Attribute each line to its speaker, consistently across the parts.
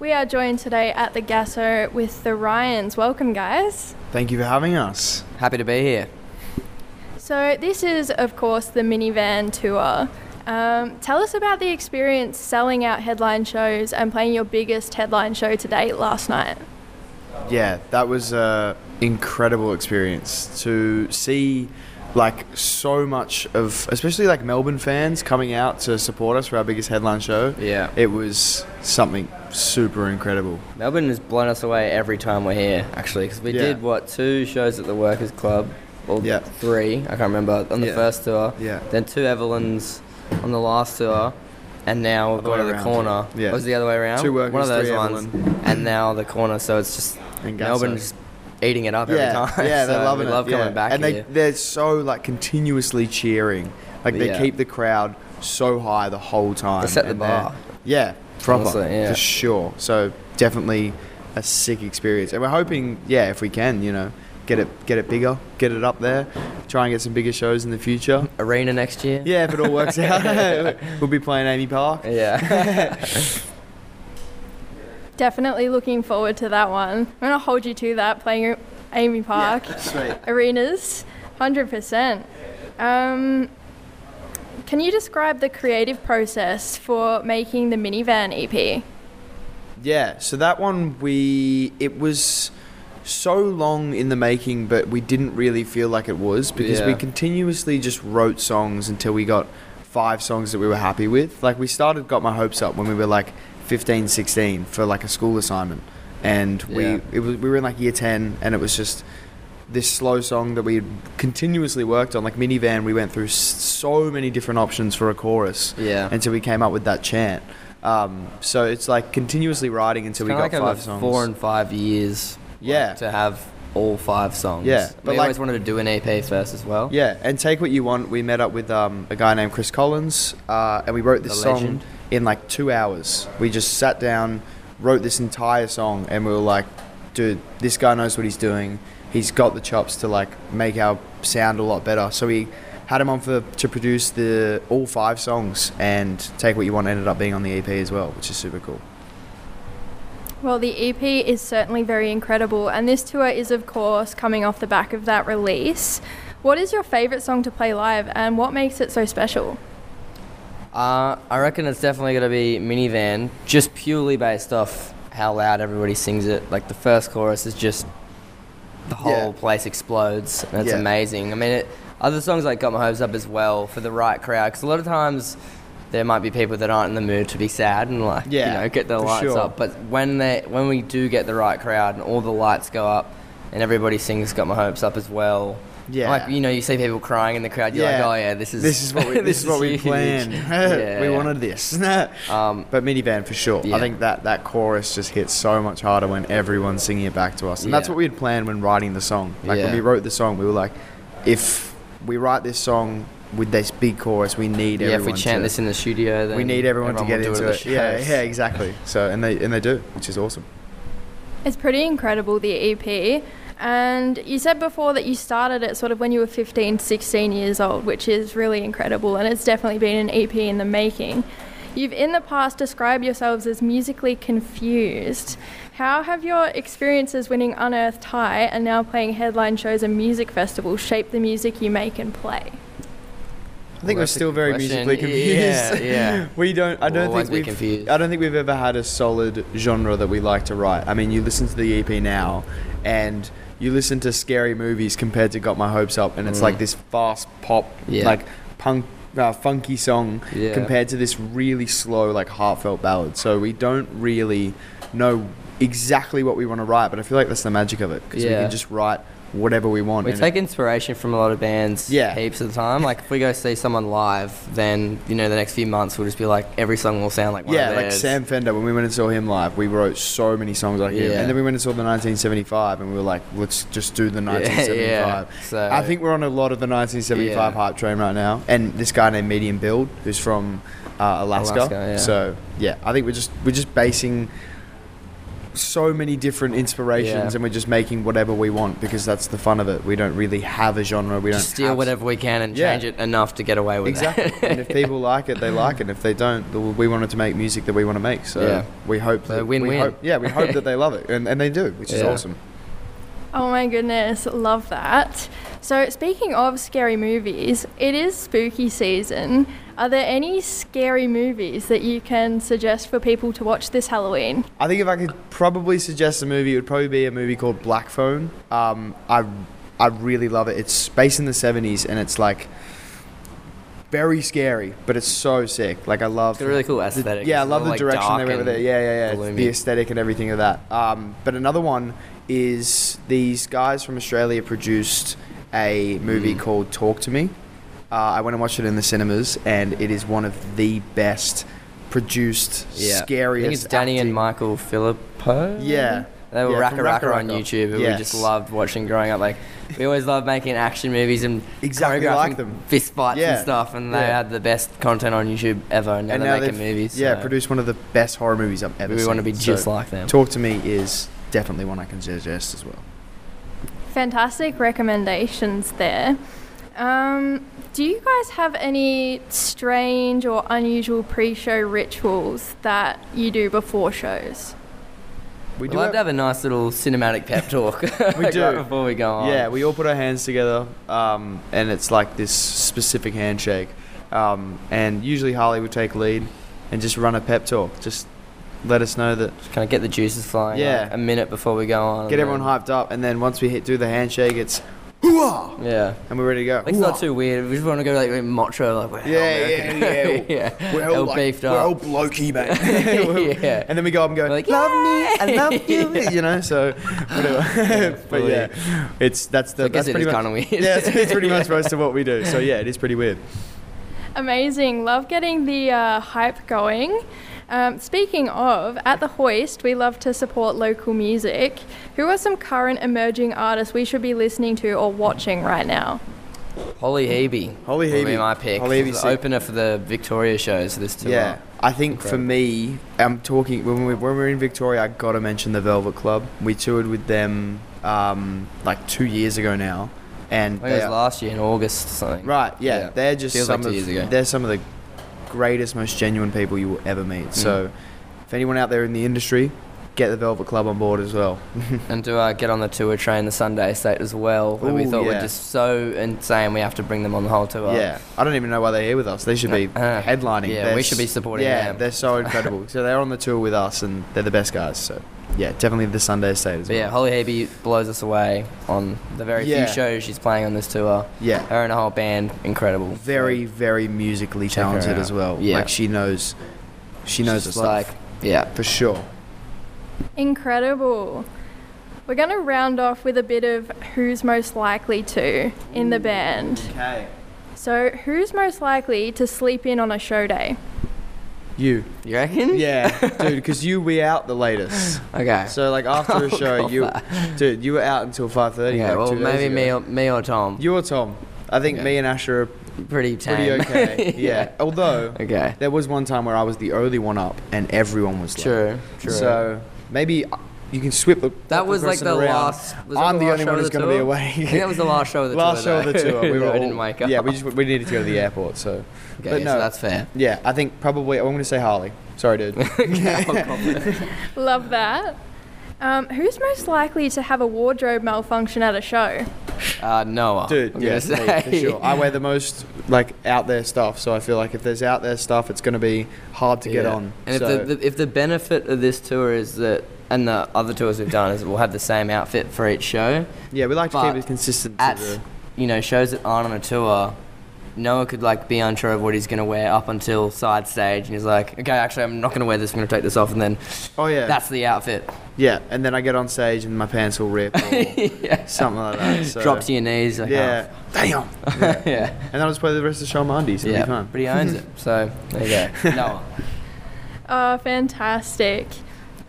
Speaker 1: We are joined today at the Gasso with the Ryans. Welcome, guys.
Speaker 2: Thank you for having us.
Speaker 3: Happy to be here.
Speaker 1: So, this is, of course, the minivan tour. Um, tell us about the experience selling out headline shows and playing your biggest headline show to date last night.
Speaker 2: Yeah, that was an incredible experience to see like so much of especially like Melbourne fans coming out to support us for our biggest headline show.
Speaker 3: Yeah.
Speaker 2: It was something super incredible.
Speaker 3: Melbourne has blown us away every time we're here, actually, because we
Speaker 2: Yeah.
Speaker 3: did what two shows at the Workers Club, or
Speaker 2: Yeah.
Speaker 3: three, I can't remember, on the
Speaker 2: Yeah.
Speaker 3: first tour.
Speaker 2: Yeah.
Speaker 3: Then two Evelyns on the last tour, and now we're
Speaker 2: Other
Speaker 3: going
Speaker 2: way
Speaker 3: to the
Speaker 2: around.
Speaker 3: corner.
Speaker 2: Yeah.
Speaker 3: was it the other way around.
Speaker 2: Two
Speaker 3: one
Speaker 2: Workers,
Speaker 3: of those
Speaker 2: three
Speaker 3: ones,
Speaker 2: Evelyn.
Speaker 3: and now the corner. So it's just
Speaker 2: And Gasso.
Speaker 3: Melbourne just eating it up
Speaker 2: yeah,
Speaker 3: every time.
Speaker 2: yeah,
Speaker 3: so
Speaker 2: they're loving
Speaker 3: we love
Speaker 2: it.
Speaker 3: coming
Speaker 2: yeah.
Speaker 3: back
Speaker 2: and
Speaker 3: here.
Speaker 2: they they're so like continuously cheering. Like they
Speaker 3: Yeah.
Speaker 2: keep the crowd so high the whole time.
Speaker 3: They set the
Speaker 2: and they're-
Speaker 3: bar.
Speaker 2: Yeah, proper
Speaker 3: Honestly, yeah.
Speaker 2: for sure. So definitely a sick experience, and we're hoping, yeah, if we can, you know, get it get it bigger, get it up there, try and get some bigger shows in the future.
Speaker 3: Arena next year.
Speaker 2: Yeah, if it all works out, we'll be playing Amy Park.
Speaker 3: Yeah.
Speaker 1: Definitely looking forward to that one. I'm going to hold you to that, playing Amy Park.
Speaker 2: Sweet.
Speaker 1: arenas, 100%. Um, can you describe the creative process for making the minivan E EP?
Speaker 2: Yeah, so that one we it was so long in the making, but we didn't really feel like it was because we
Speaker 3: Yeah.
Speaker 2: continuously just wrote songs until we got five songs that we were happy with. Like we started got my hopes up when we were like 15, 16 for like a school assignment, and we
Speaker 3: Yeah.
Speaker 2: it was we were in like year ten, and it was just this slow song that we had continuously worked on. Like minivan, we went through s- so many different options for a chorus
Speaker 3: yeah.
Speaker 2: until we came up with that chant. Um, so it's like continuously writing until we
Speaker 3: Kinda
Speaker 2: got
Speaker 3: like
Speaker 2: five
Speaker 3: over
Speaker 2: songs.
Speaker 3: Four and five years. like,
Speaker 2: Yeah.
Speaker 3: to have all five songs.
Speaker 2: Yeah, but
Speaker 3: But we
Speaker 2: like-
Speaker 3: always wanted to do an EP first as well.
Speaker 2: yeah, and take what you want. We met up with um, a guy named Chris Collins, uh, and we wrote this
Speaker 3: The
Speaker 2: song
Speaker 3: legend.
Speaker 2: in like two hours. We just sat down, wrote this entire song, and we were like, "Dude, this guy knows what he's doing. He's got the chops to like make our sound a lot better." So we had him on for to produce the all five songs, and take what you want ended up being on the EP as well, which is super cool.
Speaker 1: Well, the EP is certainly very incredible, and this tour is, of course, coming off the back of that release. What is your favourite song to play live, and what makes it so special?
Speaker 3: Uh, I reckon it's definitely going to be Minivan, just purely based off how loud everybody sings it. Like the first chorus is just the whole
Speaker 2: Yeah.
Speaker 3: place explodes, and it's
Speaker 2: Yeah.
Speaker 3: amazing. I mean, it, other songs like Got My Hopes Up as well for the right crowd, because a lot of times there might be people that aren't in the mood to be sad and like
Speaker 2: Yeah,
Speaker 3: you know get their
Speaker 2: for
Speaker 3: lights
Speaker 2: sure.
Speaker 3: up. But when they when we do get the right crowd and all the lights go up and everybody sings Got My Hopes Up as well.
Speaker 2: Yeah.
Speaker 3: Like you know, you see people crying in the crowd. You're
Speaker 2: Yeah.
Speaker 3: like, oh yeah, this is
Speaker 2: this is what we, this, is what we
Speaker 3: huge."
Speaker 2: planned.
Speaker 3: Yeah.
Speaker 2: we wanted this.
Speaker 3: Um,
Speaker 2: but minivan for sure. I
Speaker 3: Yeah.
Speaker 2: think that that chorus just hits so much harder when everyone's singing it back to us, and that's
Speaker 3: Yeah.
Speaker 2: what we had planned when writing the song. Like when
Speaker 3: Yeah.
Speaker 2: we wrote the song, we were like, if we write this song with this big chorus, we need
Speaker 3: yeah, if
Speaker 2: everyone.
Speaker 3: we chant
Speaker 2: to,
Speaker 3: this in the studio, then
Speaker 2: we need everyone, to get
Speaker 3: will do
Speaker 2: into
Speaker 3: at
Speaker 2: it.
Speaker 3: the
Speaker 2: Yeah,
Speaker 3: shows.
Speaker 2: yeah, exactly. So and they and they do, which is awesome.
Speaker 1: It's pretty incredible, the EP. And you said before that you started it sort of when you were 15, 16 years old, which is really incredible. And it's definitely been an EP in the making. You've in the past described yourselves as musically confused. How have your experiences winning Unearthed High and now playing headline shows and music festivals shaped the music you make and play?
Speaker 2: I think
Speaker 3: Well,
Speaker 2: we're
Speaker 3: that's a
Speaker 2: still
Speaker 3: good
Speaker 2: very
Speaker 3: question.
Speaker 2: musically confused.
Speaker 3: Yeah, yeah.
Speaker 2: we don't. I
Speaker 3: We'll
Speaker 2: don't
Speaker 3: always
Speaker 2: think
Speaker 3: be
Speaker 2: we've.
Speaker 3: confused.
Speaker 2: I don't think we've ever had a solid genre that we like to write. I mean, you listen to the EP now, and you listen to scary movies compared to Got My Hopes Up, and it's like this fast pop,
Speaker 3: Mm. Yeah.
Speaker 2: like punk, uh, funky song
Speaker 3: Yeah.
Speaker 2: compared to this really slow, like heartfelt ballad. So we don't really know exactly what we want to write, but I feel like that's the magic of it because we
Speaker 3: Yeah.
Speaker 2: can just write whatever we want.
Speaker 3: We
Speaker 2: and it-
Speaker 3: take inspiration from a lot of bands
Speaker 2: Yeah.
Speaker 3: heaps of the time. Like if we go see someone live, then you know the next few months we'll just be like every song will sound like one
Speaker 2: Yeah,
Speaker 3: of
Speaker 2: like
Speaker 3: theirs.
Speaker 2: Sam Fender. When we went and saw him live, we wrote so many songs like him,
Speaker 3: Yeah.
Speaker 2: and then we went and saw the 1975, and we were like, let's just do the 1975.
Speaker 3: so-
Speaker 2: I think we're on a lot of the 1975
Speaker 3: Yeah.
Speaker 2: hype train right now, and this guy named Medium Build, who's from uh, Alaska.
Speaker 3: Alaska, yeah.
Speaker 2: So yeah, I think we're just we're just basing so many different inspirations,
Speaker 3: Yeah.
Speaker 2: and we're just making whatever we want because that's the fun of it. We don't really have a genre. We don't
Speaker 3: Just steal
Speaker 2: have-
Speaker 3: whatever we can and
Speaker 2: Yeah.
Speaker 3: change it enough to get away with
Speaker 2: Exactly. and if people like it, they like it. And if they don't, then we wanted to make music that we want to make. So
Speaker 3: Yeah.
Speaker 2: we hope
Speaker 3: So
Speaker 2: that We
Speaker 3: win-win.
Speaker 2: hope, yeah, we hope that they love it, and, and they do, which is
Speaker 3: Yeah.
Speaker 2: awesome.
Speaker 1: Oh my goodness, love that. So, speaking of scary movies, it is spooky season. Are there any scary movies that you can suggest for people to watch this Halloween?
Speaker 2: I think if I could probably suggest a movie, it would probably be a movie called Black Phone. Um, I I really love it. It's space in the seventies, and it's like very scary, but it's so sick. Like I love.
Speaker 3: It's a really cool aesthetic.
Speaker 2: Yeah, I
Speaker 3: It's
Speaker 2: love the
Speaker 3: all, like,
Speaker 2: direction they
Speaker 3: dark
Speaker 2: went with it.
Speaker 3: and
Speaker 2: Yeah, yeah, yeah.
Speaker 3: gloomy.
Speaker 2: The aesthetic and everything of that. Um, but another one is these guys from Australia produced a movie
Speaker 3: Mm.
Speaker 2: called Talk to Me. Uh, I went and watched it in the cinemas, and it is one of the best produced,
Speaker 3: Yeah. I
Speaker 2: scariest.
Speaker 3: think it's Danny and
Speaker 2: acting-
Speaker 3: Michael Filippo.
Speaker 2: Yeah.
Speaker 3: They were
Speaker 2: Yeah,
Speaker 3: Raka
Speaker 2: from
Speaker 3: Raka
Speaker 2: Raka
Speaker 3: on
Speaker 2: Raka.
Speaker 3: YouTube, who we
Speaker 2: Yes.
Speaker 3: just loved watching growing up. Like, we always loved making action movies and
Speaker 2: Exactly
Speaker 3: choreographing
Speaker 2: like them.
Speaker 3: fist fights
Speaker 2: Yeah.
Speaker 3: and stuff. And they
Speaker 2: Yeah.
Speaker 3: had the best content on YouTube ever. And now
Speaker 2: And
Speaker 3: they're
Speaker 2: now
Speaker 3: making
Speaker 2: they've-
Speaker 3: movies.
Speaker 2: Yeah,
Speaker 3: so
Speaker 2: produced one of the best horror movies I've ever
Speaker 3: We
Speaker 2: seen.
Speaker 3: want to be just
Speaker 2: So
Speaker 3: like them.
Speaker 2: Talk to Me is definitely one I can suggest as well.
Speaker 1: Fantastic recommendations there. Um, do you guys have any strange or unusual pre show rituals that you do before shows?
Speaker 2: We
Speaker 3: We'd
Speaker 2: do
Speaker 3: love to have a nice little cinematic pep talk.
Speaker 2: We do.
Speaker 3: right before we go on.
Speaker 2: Yeah, we all put our hands together, um, and it's like this specific handshake. Um, and usually Harley would take lead and just run a pep talk. Just let us know that
Speaker 3: Just kind of get the juices flowing.
Speaker 2: Yeah.
Speaker 3: like, a minute before we go on.
Speaker 2: get
Speaker 3: and
Speaker 2: everyone
Speaker 3: then-
Speaker 2: hyped up, and then once we hit do the handshake, it's hoo
Speaker 3: Yeah.
Speaker 2: and we're ready to go.
Speaker 3: Like, it's not too weird. We just want to go like a macho, like we're
Speaker 2: Yeah,
Speaker 3: hell
Speaker 2: yeah,
Speaker 3: American. yeah. We're all beefed up.
Speaker 2: blokey,
Speaker 3: Yeah.
Speaker 2: And then we go up and go,
Speaker 3: We're like,
Speaker 2: love me, I
Speaker 3: "Yay!"
Speaker 2: love you,
Speaker 3: Yeah.
Speaker 2: you know. So,
Speaker 3: Yeah,
Speaker 2: whatever. but
Speaker 3: fully.
Speaker 2: yeah, it's that's the
Speaker 3: I guess
Speaker 2: that's
Speaker 3: it
Speaker 2: pretty
Speaker 3: is
Speaker 2: much
Speaker 3: kinda weird.
Speaker 2: yeah, it's, it's pretty much most of what we do. So yeah, it is pretty weird.
Speaker 1: Amazing. Love getting the uh, hype going. Um, speaking of, at The Hoist, we love to support local music. Who are some current emerging artists we should be listening to or watching right now?
Speaker 3: Holly Hebe.
Speaker 2: Holly
Speaker 3: would be
Speaker 2: Hebe.
Speaker 3: my pick.
Speaker 2: Holly Hebe's
Speaker 3: She's the
Speaker 2: sick.
Speaker 3: opener for the Victoria shows this tour.
Speaker 2: Yeah, I think for
Speaker 3: Incredible.
Speaker 2: me, I'm talking when we when we were in Victoria. I gotta mention the Velvet Club. We toured with them um, like two years ago now, and
Speaker 3: I think it was
Speaker 2: they are-
Speaker 3: last year in August or something.
Speaker 2: right, yeah,
Speaker 3: Yeah.
Speaker 2: they're just
Speaker 3: Feels like
Speaker 2: some
Speaker 3: two
Speaker 2: of
Speaker 3: years ago.
Speaker 2: they're some of the greatest, most genuine people you will ever meet. So,
Speaker 3: Mm-hmm.
Speaker 2: if anyone out there in the industry, get the Velvet Club on board as well.
Speaker 3: And to uh, get on the tour train the Sunday State as well. who we
Speaker 2: Ooh,
Speaker 3: thought
Speaker 2: yeah.
Speaker 3: were just so insane we have to bring them on the whole tour.
Speaker 2: yeah, I don't even know why they're here with us. They should be
Speaker 3: Uh-huh.
Speaker 2: headlining.
Speaker 3: Yeah,
Speaker 2: They're
Speaker 3: we
Speaker 2: s-
Speaker 3: should be supporting
Speaker 2: yeah,
Speaker 3: them.
Speaker 2: they're so incredible. so they're on the tour with us, and they're the best guys. So, yeah, definitely the Sunday State as
Speaker 3: But
Speaker 2: well.
Speaker 3: yeah, Holly Hebe blows us away on the very
Speaker 2: Yeah.
Speaker 3: few shows she's playing on this tour.
Speaker 2: Yeah.
Speaker 3: Her and a whole band, incredible.
Speaker 2: very very musically
Speaker 3: Check her
Speaker 2: talented as
Speaker 3: out.
Speaker 2: well
Speaker 3: Yeah.
Speaker 2: like she knows she knows
Speaker 3: She's
Speaker 2: her stuff
Speaker 3: like- yeah.
Speaker 2: for sure
Speaker 1: Incredible. We're going to round off with a bit of who's most likely to in the band.
Speaker 2: okay
Speaker 1: So, who's most likely to sleep in on a show day?
Speaker 2: you
Speaker 3: You reckon?
Speaker 2: yeah dude because you we out the latest
Speaker 3: Okay.
Speaker 2: so like after a show you dude you were out until 5.30
Speaker 3: okay,
Speaker 2: like,
Speaker 3: Oh, well,
Speaker 2: two days
Speaker 3: maybe
Speaker 2: ago.
Speaker 3: me or, me or Tom.
Speaker 2: you or tom i think
Speaker 3: Yeah.
Speaker 2: me and asher are
Speaker 3: pretty tame.
Speaker 2: pretty okay yeah. although
Speaker 3: Okay.
Speaker 2: there was one time where i was the only one up and everyone was late.
Speaker 3: True. True.
Speaker 2: so maybe you can swip the
Speaker 3: That
Speaker 2: the
Speaker 3: was like
Speaker 2: person
Speaker 3: the
Speaker 2: around.
Speaker 3: last. Was that
Speaker 2: i'm the,
Speaker 3: last
Speaker 2: only
Speaker 3: show
Speaker 2: one
Speaker 3: of
Speaker 2: who's
Speaker 3: the
Speaker 2: going to be
Speaker 3: tour?
Speaker 2: away
Speaker 3: I think that was the last show of the
Speaker 2: last
Speaker 3: tour.
Speaker 2: show of the tour. We
Speaker 3: no,
Speaker 2: were all,
Speaker 3: I didn't wake up.
Speaker 2: Yeah, we just we needed to go to the airport. So,
Speaker 3: Okay,
Speaker 2: but no.
Speaker 3: so that's fair.
Speaker 2: yeah, I think probably I'm going to say Harley. Sorry, dude.
Speaker 3: Okay, I'll cop it.
Speaker 1: Love that. Um, who's most likely to have a wardrobe malfunction at a show?
Speaker 3: uh, Noah.
Speaker 2: dude,
Speaker 3: I'm
Speaker 2: yeah,
Speaker 3: gonna
Speaker 2: me,
Speaker 3: say.
Speaker 2: for sure. I wear the most like out there stuff, so I feel like if there's out there stuff, it's going to be hard to get
Speaker 3: Yeah.
Speaker 2: on.
Speaker 3: And
Speaker 2: so,
Speaker 3: if, the, the, if the benefit of this tour is that, and the other tours we've done, is that we'll have the same outfit for each show.
Speaker 2: yeah, we like to keep
Speaker 3: but
Speaker 2: it consistent. to
Speaker 3: At
Speaker 2: the-
Speaker 3: you know shows that aren't on a tour, Noah could like be unsure of what he's gonna wear up until side stage, and he's like, okay, actually, I'm not gonna wear this. I'm gonna take this off, and then
Speaker 2: oh yeah,
Speaker 3: that's the outfit.
Speaker 2: yeah, and then I get on stage and my pants will rip or something like that. So,
Speaker 3: Drop to your knees. Like,
Speaker 2: yeah, damn.
Speaker 3: oh. yeah.
Speaker 2: And I'll just play the rest of the show on my undies. It'll be
Speaker 3: Yeah,
Speaker 2: fun.
Speaker 3: but he owns it. So there you go. Noah.
Speaker 1: Oh, fantastic.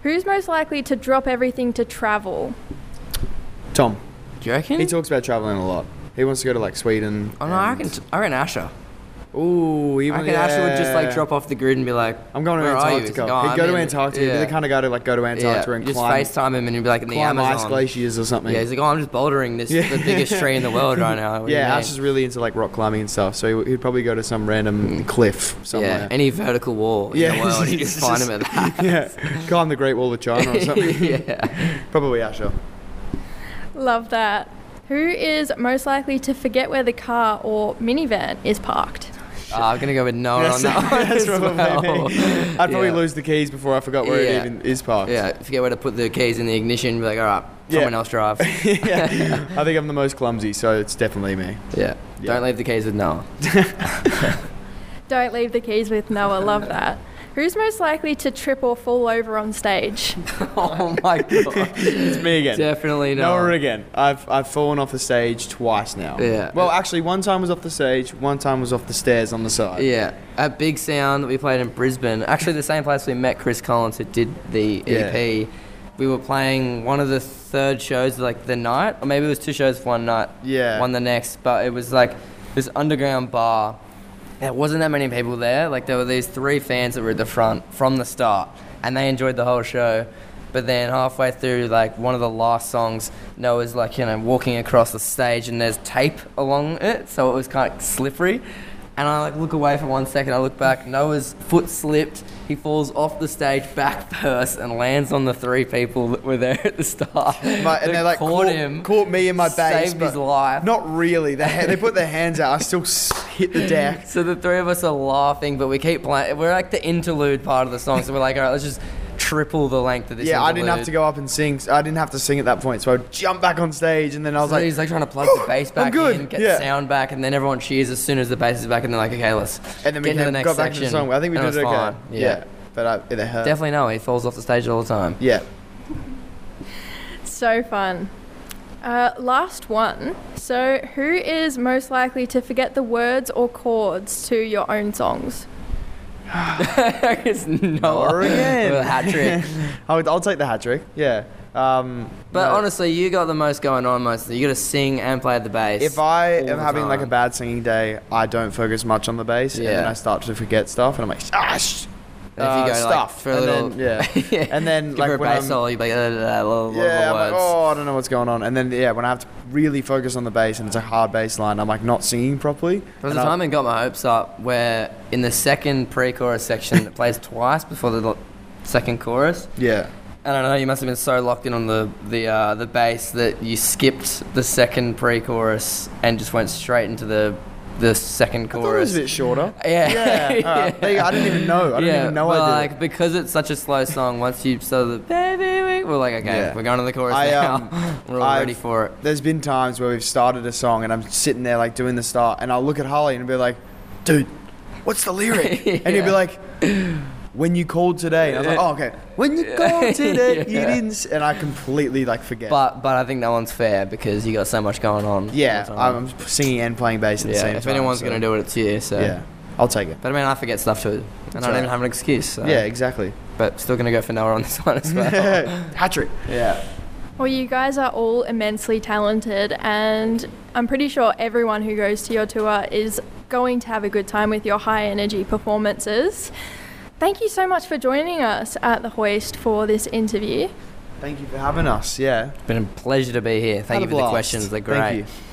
Speaker 1: Who's most likely to drop everything to travel?
Speaker 2: Tom,
Speaker 3: Do you reckon?
Speaker 2: he talks about traveling a lot. He wants to go to like Sweden.
Speaker 3: oh
Speaker 2: and-
Speaker 3: no, I reckon. I reckon Asher.
Speaker 2: Ooh,
Speaker 3: I
Speaker 2: even
Speaker 3: reckon Asher would just like
Speaker 2: yeah.
Speaker 3: drop off the grid and be like,
Speaker 2: I'm going to
Speaker 3: Where are you?
Speaker 2: Antarctica.
Speaker 3: He's gone,
Speaker 2: He'd go to
Speaker 3: and-
Speaker 2: Antarctica. He'd
Speaker 3: yeah.
Speaker 2: be the kind of guy to like go to Antarctica
Speaker 3: yeah,
Speaker 2: and
Speaker 3: just
Speaker 2: climb,
Speaker 3: FaceTime him and he'd be like in the
Speaker 2: climb ice
Speaker 3: Amazon.
Speaker 2: glaciers or something.
Speaker 3: Yeah, he's like, oh, I'm just bouldering this
Speaker 2: Yeah.
Speaker 3: the biggest tree in the world right now. What do you
Speaker 2: yeah,
Speaker 3: mean?
Speaker 2: Ash is really into like rock climbing and stuff, so he- he'd probably go to some random
Speaker 3: Mm.
Speaker 2: cliff
Speaker 3: yeah,
Speaker 2: somewhere.
Speaker 3: any vertical wall in
Speaker 2: Yeah,
Speaker 3: the world, you
Speaker 2: it's
Speaker 3: just find
Speaker 2: just-
Speaker 3: him at that.
Speaker 2: yeah, climb the Great Wall of China or something.
Speaker 3: yeah.
Speaker 2: probably Asher.
Speaker 1: Love that. Who is most likely to forget where the car or minivan is parked?
Speaker 3: Uh, I'm gonna go with no
Speaker 2: Yeah,
Speaker 3: on
Speaker 2: so-
Speaker 3: that one
Speaker 2: that's
Speaker 3: as
Speaker 2: probably
Speaker 3: well.
Speaker 2: me. I'd probably
Speaker 3: Yeah.
Speaker 2: lose the keys before I forgot where
Speaker 3: Yeah.
Speaker 2: it even is parked.
Speaker 3: Yeah, forget where to put the keys in the ignition. Be like, all right,
Speaker 2: Yeah.
Speaker 3: someone else drive.
Speaker 2: Yeah. I think I'm the most clumsy, so it's definitely me.
Speaker 3: Yeah.
Speaker 2: Yeah.
Speaker 3: Don't leave the keys with Noah.
Speaker 1: Don't leave the keys with Noah. Love that. Who's most likely to trip or fall over on stage?
Speaker 3: oh my god.
Speaker 2: It's me again.
Speaker 3: Definitely
Speaker 2: No,
Speaker 3: Noah.
Speaker 2: we're again. I've I've fallen off the stage twice now.
Speaker 3: Yeah.
Speaker 2: Well, actually, one time was off the stage, one time was off the stairs on the side.
Speaker 3: Yeah, at Big Sound that we played in Brisbane, actually the same place we met Chris Collins who did the
Speaker 2: Yeah.
Speaker 3: EP. We were playing one of the third shows of, like the night, or maybe it was two shows for one night,
Speaker 2: Yeah.
Speaker 3: one the next. But it was like this underground bar. There wasn't that many people there. Like there were these three fans that were at the front from the start, and they enjoyed the whole show. But then halfway through, like one of the last songs, Noah's like you know walking across the stage, and there's tape along it, so it was kind of slippery. And I like look away for one second. I look back. Noah's foot slipped. He falls off the stage back first and lands on the three people that were there at the start.
Speaker 2: My, and
Speaker 3: They
Speaker 2: they like
Speaker 3: caught
Speaker 2: caught,
Speaker 3: him,
Speaker 2: caught me in my base,
Speaker 3: saved
Speaker 2: but
Speaker 3: his life.
Speaker 2: Not really. They ha- they put their hands out. I still s- hit the deck.
Speaker 3: So the three of us are laughing, but we keep playing. We're like the interlude part of the song, so we're like, all right, let's just triple the length of this.
Speaker 2: yeah, I didn't have to
Speaker 3: interlude."
Speaker 2: go up and sing. I didn't have to sing at that point, so I'd jump back on stage, and then I was
Speaker 3: So
Speaker 2: like,
Speaker 3: he's like trying to plug the bass back
Speaker 2: good,
Speaker 3: in, get
Speaker 2: yeah.
Speaker 3: the sound back, and then everyone cheers as soon as the bass is back, and they're like, okay, let's
Speaker 2: and then we
Speaker 3: get into
Speaker 2: came,
Speaker 3: the next
Speaker 2: got back
Speaker 3: section.
Speaker 2: to the song. I think we
Speaker 3: and
Speaker 2: did it
Speaker 3: was
Speaker 2: okay.
Speaker 3: fine.
Speaker 2: Yeah. but I, it hurt.
Speaker 3: Definitely no, he falls off the stage all the time.
Speaker 2: Yeah.
Speaker 1: So fun. Uh, last one. So, who is most likely to forget the words or chords to your own songs?
Speaker 3: it's Noah.
Speaker 2: Noah again.
Speaker 3: With a hat trick.
Speaker 2: I would, I'll take the hat trick. Yeah. Um,
Speaker 3: But
Speaker 2: no.
Speaker 3: honestly, you got the most going on mostly. You got to sing and play the bass.
Speaker 2: If I
Speaker 3: all
Speaker 2: am
Speaker 3: the
Speaker 2: having like a
Speaker 3: time.
Speaker 2: bad singing day, I don't focus much on the bass, and then
Speaker 3: Yeah.
Speaker 2: I start to forget stuff, and I'm like, ah, sh-
Speaker 3: And if you
Speaker 2: uh,
Speaker 3: go, like,
Speaker 2: stuff,
Speaker 3: for a
Speaker 2: and
Speaker 3: little-
Speaker 2: then, yeah, and then
Speaker 3: Give
Speaker 2: like
Speaker 3: her a
Speaker 2: when
Speaker 3: bass
Speaker 2: I'm-
Speaker 3: solo, you'd be like, "Uh, uh, uh, blah, blah, blah,
Speaker 2: yeah, I'm
Speaker 3: blah,
Speaker 2: like,
Speaker 3: words."
Speaker 2: oh, I don't know what's going on, and then yeah, when I have to really focus on the bass and it's a hard bass line, I'm like not singing properly.
Speaker 3: There was
Speaker 2: and
Speaker 3: a
Speaker 2: I'll-
Speaker 3: time and got my hopes up where in the second pre-chorus section it plays twice before the l- second chorus.
Speaker 2: yeah,
Speaker 3: I don't know. You must have been so locked in on the the uh, the bass that you skipped the second pre-chorus and just went straight into the the second
Speaker 2: I thought it was
Speaker 3: chorus.
Speaker 2: a bit shorter.
Speaker 3: yeah,
Speaker 2: Yeah, alright. There you go. I didn't even know. I didn't
Speaker 3: yeah,
Speaker 2: even know
Speaker 3: but
Speaker 2: I did.
Speaker 3: like because it's such a slow song. Once you saw the baby, we- we're like, okay,
Speaker 2: Yeah.
Speaker 3: we're going to the chorus
Speaker 2: I,
Speaker 3: now.
Speaker 2: um,
Speaker 3: we're all
Speaker 2: I've-
Speaker 3: ready for it.
Speaker 2: it. There's been times where we've started a song and I'm sitting there like doing the start, and I'll look at Holly and be like, "Dude, what's the lyric?" And he'd be
Speaker 3: Yeah.
Speaker 2: like. When you called today, and I was like, "Oh, okay." When you called today, you
Speaker 3: Yeah.
Speaker 2: didn't, s-" and I completely like forget.
Speaker 3: But but I think that one's fair because you got so much going on. all
Speaker 2: yeah,
Speaker 3: the time.
Speaker 2: I'm singing and playing bass at the
Speaker 3: Yeah,
Speaker 2: same
Speaker 3: if
Speaker 2: time.
Speaker 3: anyone's
Speaker 2: so-
Speaker 3: gonna do it, it's you. So.
Speaker 2: yeah, I'll take it.
Speaker 3: But I mean, I forget stuff too, and
Speaker 2: right.
Speaker 3: I don't even have an excuse. So.
Speaker 2: Yeah, exactly.
Speaker 3: But still gonna go for Noah on this one as well.
Speaker 2: Patrick. Yeah.
Speaker 1: Well, you guys are all immensely talented, and I'm pretty sure everyone who goes to your tour is going to have a good time with your high energy performances. Thank you so much for joining us at The Hoist for this interview.
Speaker 2: Thank you for having us. Yeah.
Speaker 3: it's been a pleasure to be here.
Speaker 2: Had
Speaker 3: Thank you
Speaker 2: a
Speaker 3: for the
Speaker 2: blast.
Speaker 3: questions. They're great.
Speaker 2: Thank you.